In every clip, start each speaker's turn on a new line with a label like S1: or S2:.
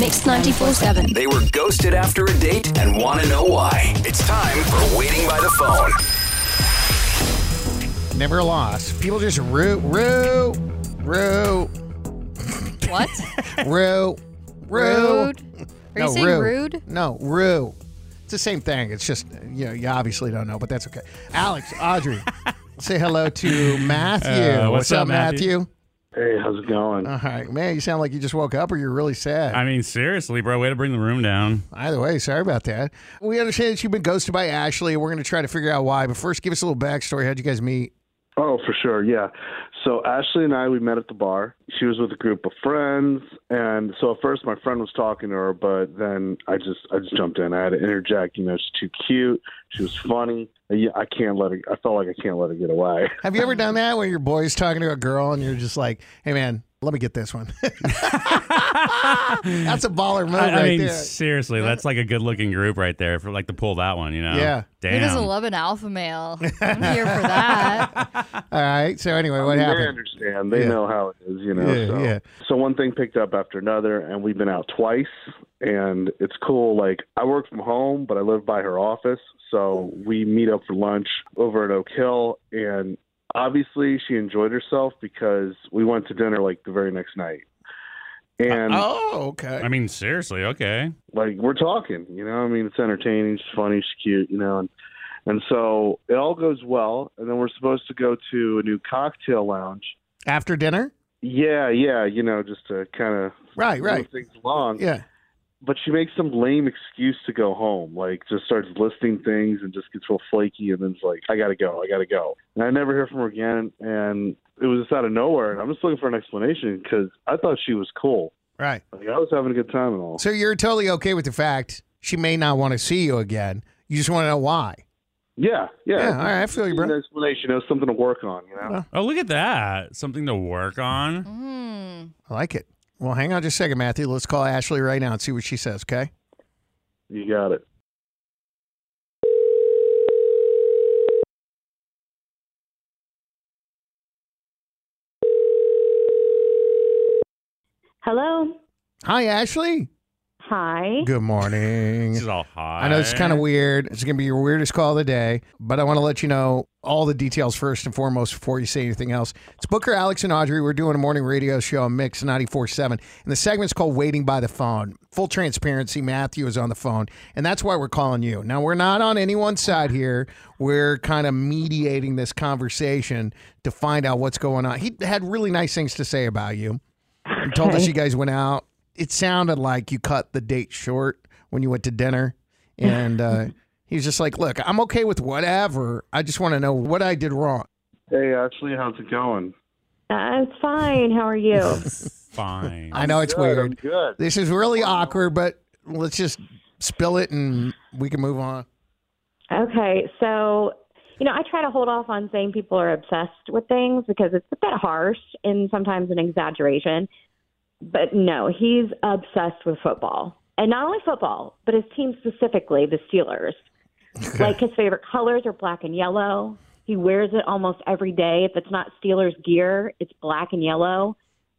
S1: Mix 94.7.
S2: They were ghosted after a date and want to know why. It's time for Waiting by the Phone.
S3: Never a loss. People just roo, roo, roo,
S4: What?
S3: roo, roo.
S4: Rude. Are you saying
S3: roo.
S4: rude?
S3: No, roo. It's the same thing. It's just, you know, you obviously don't know, but that's okay. Alex, Audrey, say hello to Matthew.
S5: Uh, what's up,
S3: Matthew?
S5: Matthew?
S6: Hey, how's it going?
S3: All right. Man, you sound like you just woke up or you're really sad.
S5: I mean, seriously, bro, way to bring the room down.
S3: Either way, sorry about that. We understand that you've been ghosted by Ashley, and we're going to try to figure out why. But first, give us a little backstory. How'd you guys meet?
S6: Oh, for sure. Yeah. So Ashley and I, we met at the bar. She was with a group of friends, and so at first my friend was talking to her, but then I just I just jumped in. I had to interject. You know, she's too cute. She was funny. Yeah, I can't let her. I felt like I can't let her get away.
S3: Have you ever done that where your boy's talking to a girl and you're just like, hey, man, let me get this one? That's a baller move
S5: I, I
S3: Oh, right
S5: mean,
S3: there.
S5: seriously, that's like a good-looking group right there for like to pull that one, you know?
S3: Yeah.
S4: Who
S5: Damn.
S4: doesn't love an alpha male? I'm here for that.
S3: All right. So, anyway,
S6: I
S3: what
S6: mean, They
S3: happened?
S6: understand. They
S3: Yeah.
S6: know how it is, you know.
S3: Yeah,
S6: so.
S3: yeah.
S6: so one thing picked up after another, and we've been out twice, and it's cool. Like I work from home, but I live by her office, so we meet up for lunch over at Oak Hill, and obviously she enjoyed herself because we went to dinner like the very next night, and
S3: Oh, okay.
S5: I mean, seriously, okay.
S6: like we're talking, you know. I mean, it's entertaining, she's funny, she's cute, you know, and and so it all goes well, and then we're supposed to go to a new cocktail lounge.
S3: After dinner?
S6: Yeah, yeah, you know, just to kind of
S3: Right, right.
S6: move things along.
S3: Yeah.
S6: But she makes some lame excuse to go home, like just starts listing things and just gets real flaky and then's like, I gotta go, I gotta go. And I never hear from her again. And it was just out of nowhere. And I'm just looking for an explanation because I thought she was cool.
S3: Right.
S6: Like I was having a good time and all.
S3: So, you're totally okay with the fact she may not want to see you again. You just want to know why.
S6: yeah, yeah.
S3: Yeah. All right. I feel you,
S6: Need an
S3: bro.
S6: explanation. It was something to work on, you know.
S5: Oh, look at that. Something to work on.
S4: Mm.
S3: I like it. Well, hang on just a second, Matthew. Let's call Ashley right now and see what she says, okay?
S6: You got it.
S7: Hello.
S3: Hi, Ashley.
S7: Hi.
S3: Good morning.
S5: This is all hot.
S3: I know it's kind of weird. It's going to be your weirdest call of the day, but I want to let you know all the details first and foremost before you say anything else. It's Booker, Alex, and Audrey. We're doing a morning radio show on Mix 94.7, and the segment's called Waiting by the Phone. Full transparency, Matthew is on the phone, and that's why we're calling you. Now, we're not on anyone's side here. We're kind of mediating this conversation to find out what's going on. He had really nice things to say about you and told us you guys went out. It sounded like you cut the date short when you went to dinner. And uh, he was just like, look, I'm okay with whatever. I just want to know what I did wrong.
S6: Hey Ashley, how's it going?
S7: I'm fine. How are you?
S5: fine.
S3: I know it's
S6: Good, I'm
S3: weird.
S6: good.
S3: This is really awkward, but let's just spill it and we can move on.
S7: okay. So, you know, I try to hold off on saying people are obsessed with things because it's a bit harsh and sometimes an exaggeration. But no, he's obsessed with football. And not only football, but his team specifically, the Steelers. Like his favorite colors are black and yellow. He wears it almost every day. If it's not Steelers gear, it's black and yellow.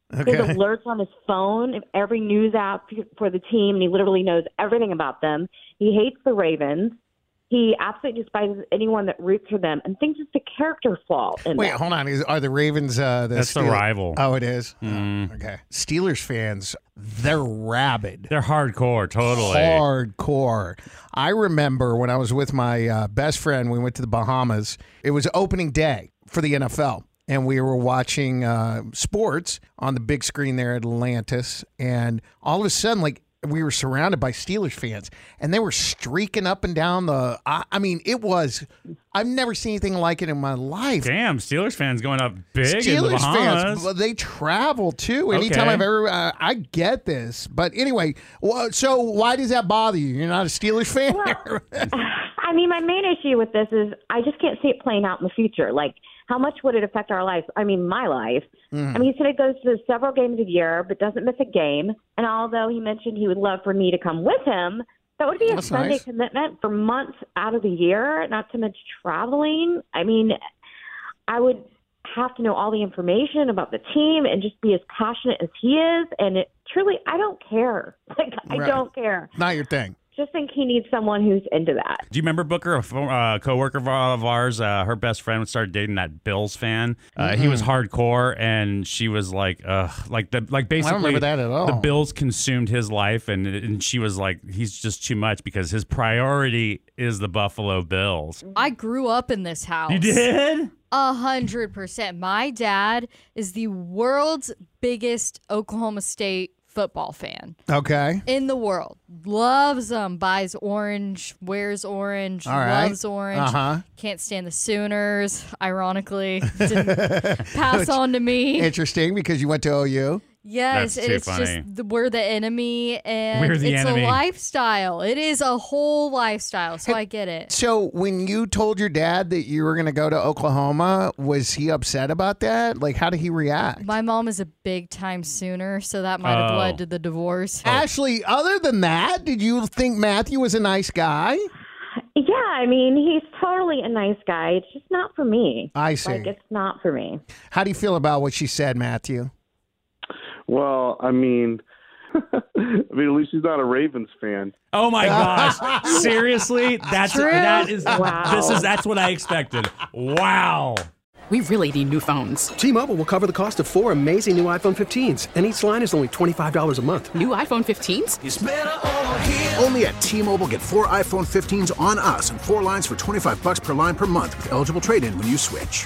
S7: He has
S3: Okay.
S7: alerts on his phone, of every news app for the team, and he literally knows everything about them. He hates the Ravens. He absolutely despises anyone that roots for them and thinks it's a character flaw. In
S3: Wait,
S7: them.
S3: hold on. Is, are the Ravens uh, the
S5: That's the
S3: Steelers-
S5: rival.
S3: Oh, it is?
S5: Mm.
S3: Okay. Steelers fans, they're rabid.
S5: They're hardcore, totally.
S3: Hardcore. I remember when I was with my uh, best friend, we went to the Bahamas. It was opening day for the NFL, and we were watching uh, sports on the big screen there at Atlantis. And all of a sudden, like we were surrounded by Steelers fans, and they were streaking up and down the. I, I mean, it was. I've never seen anything like it in my life.
S5: Damn, Steelers fans going up big in the
S3: Steelers
S5: Bahamas.
S3: fans, well, they travel too. Anytime
S5: Okay.
S3: I've ever, uh, I get this, but anyway, wha- so why does that bother you? You're not a Steelers fan.
S7: I mean, my main issue with this is I just can't see it playing out in the future. Like, how much would it affect our lives? I mean, my life.
S3: Mm-hmm.
S7: I mean, he said he goes to several games a year, but doesn't miss a game. And although he mentioned he would love for me to come with him, that would be a
S3: That's
S7: Sunday
S3: nice.
S7: commitment for months out of the year, not to mention traveling. I mean, I would have to know all the information about the team and just be as passionate as he is. And it truly, I don't care. Like, I
S3: Right.
S7: don't care.
S3: not your thing.
S7: Just think he needs someone who's into that.
S5: Do you remember Booker, a fo- uh, coworker of of ours? Uh, her best friend started dating that Bills fan. Uh, He was hardcore, and she was like, "Ugh," like the like basically
S3: remember that at all.
S5: The Bills consumed his life, and and she was like, "He's just too much because his priority is the Buffalo Bills."
S4: I grew up in this house.
S5: You did?
S4: A hundred percent. My dad is the world's biggest Oklahoma State football fan
S3: Okay,
S4: in the world. Loves them. Buys orange. Wears orange.
S3: All right.
S4: Loves orange.
S3: Uh-huh.
S4: Can't stand the Sooners. Ironically, didn't pass on to me.
S3: interesting because you went to OU.
S4: Yes,
S5: That's too
S4: it's
S5: funny.
S4: just the, we're the enemy, and
S5: We're the
S4: it's
S5: enemy.
S4: a lifestyle. It is a whole lifestyle, so I get it.
S3: So when you told your dad that you were going to go to Oklahoma, was he upset about that? Like, how did he react?
S4: My mom is a big time Sooner, so that might have
S5: Oh.
S4: led to the divorce.
S3: Ashley, other than that, did you think Matthew was a nice guy?
S7: Yeah, I mean, he's totally a nice guy. It's just not for me.
S3: I see.
S7: Like, it's not for me.
S3: How do you feel about what she said, Matthew?
S6: Well, I mean, I mean, at least he's not a Ravens fan.
S5: Oh my gosh! Seriously, that's that is
S7: Wow.
S5: this is that's what I expected. Wow.
S8: We really need new phones.
S9: T-Mobile will cover the cost of four amazing new iPhone 15s, and each line is only $25 a month.
S8: New iPhone 15s?
S2: It's better over here.
S10: Only at T-Mobile, get four iPhone 15s on us and four lines for 25 bucks per line per month with eligible trade-in when you switch.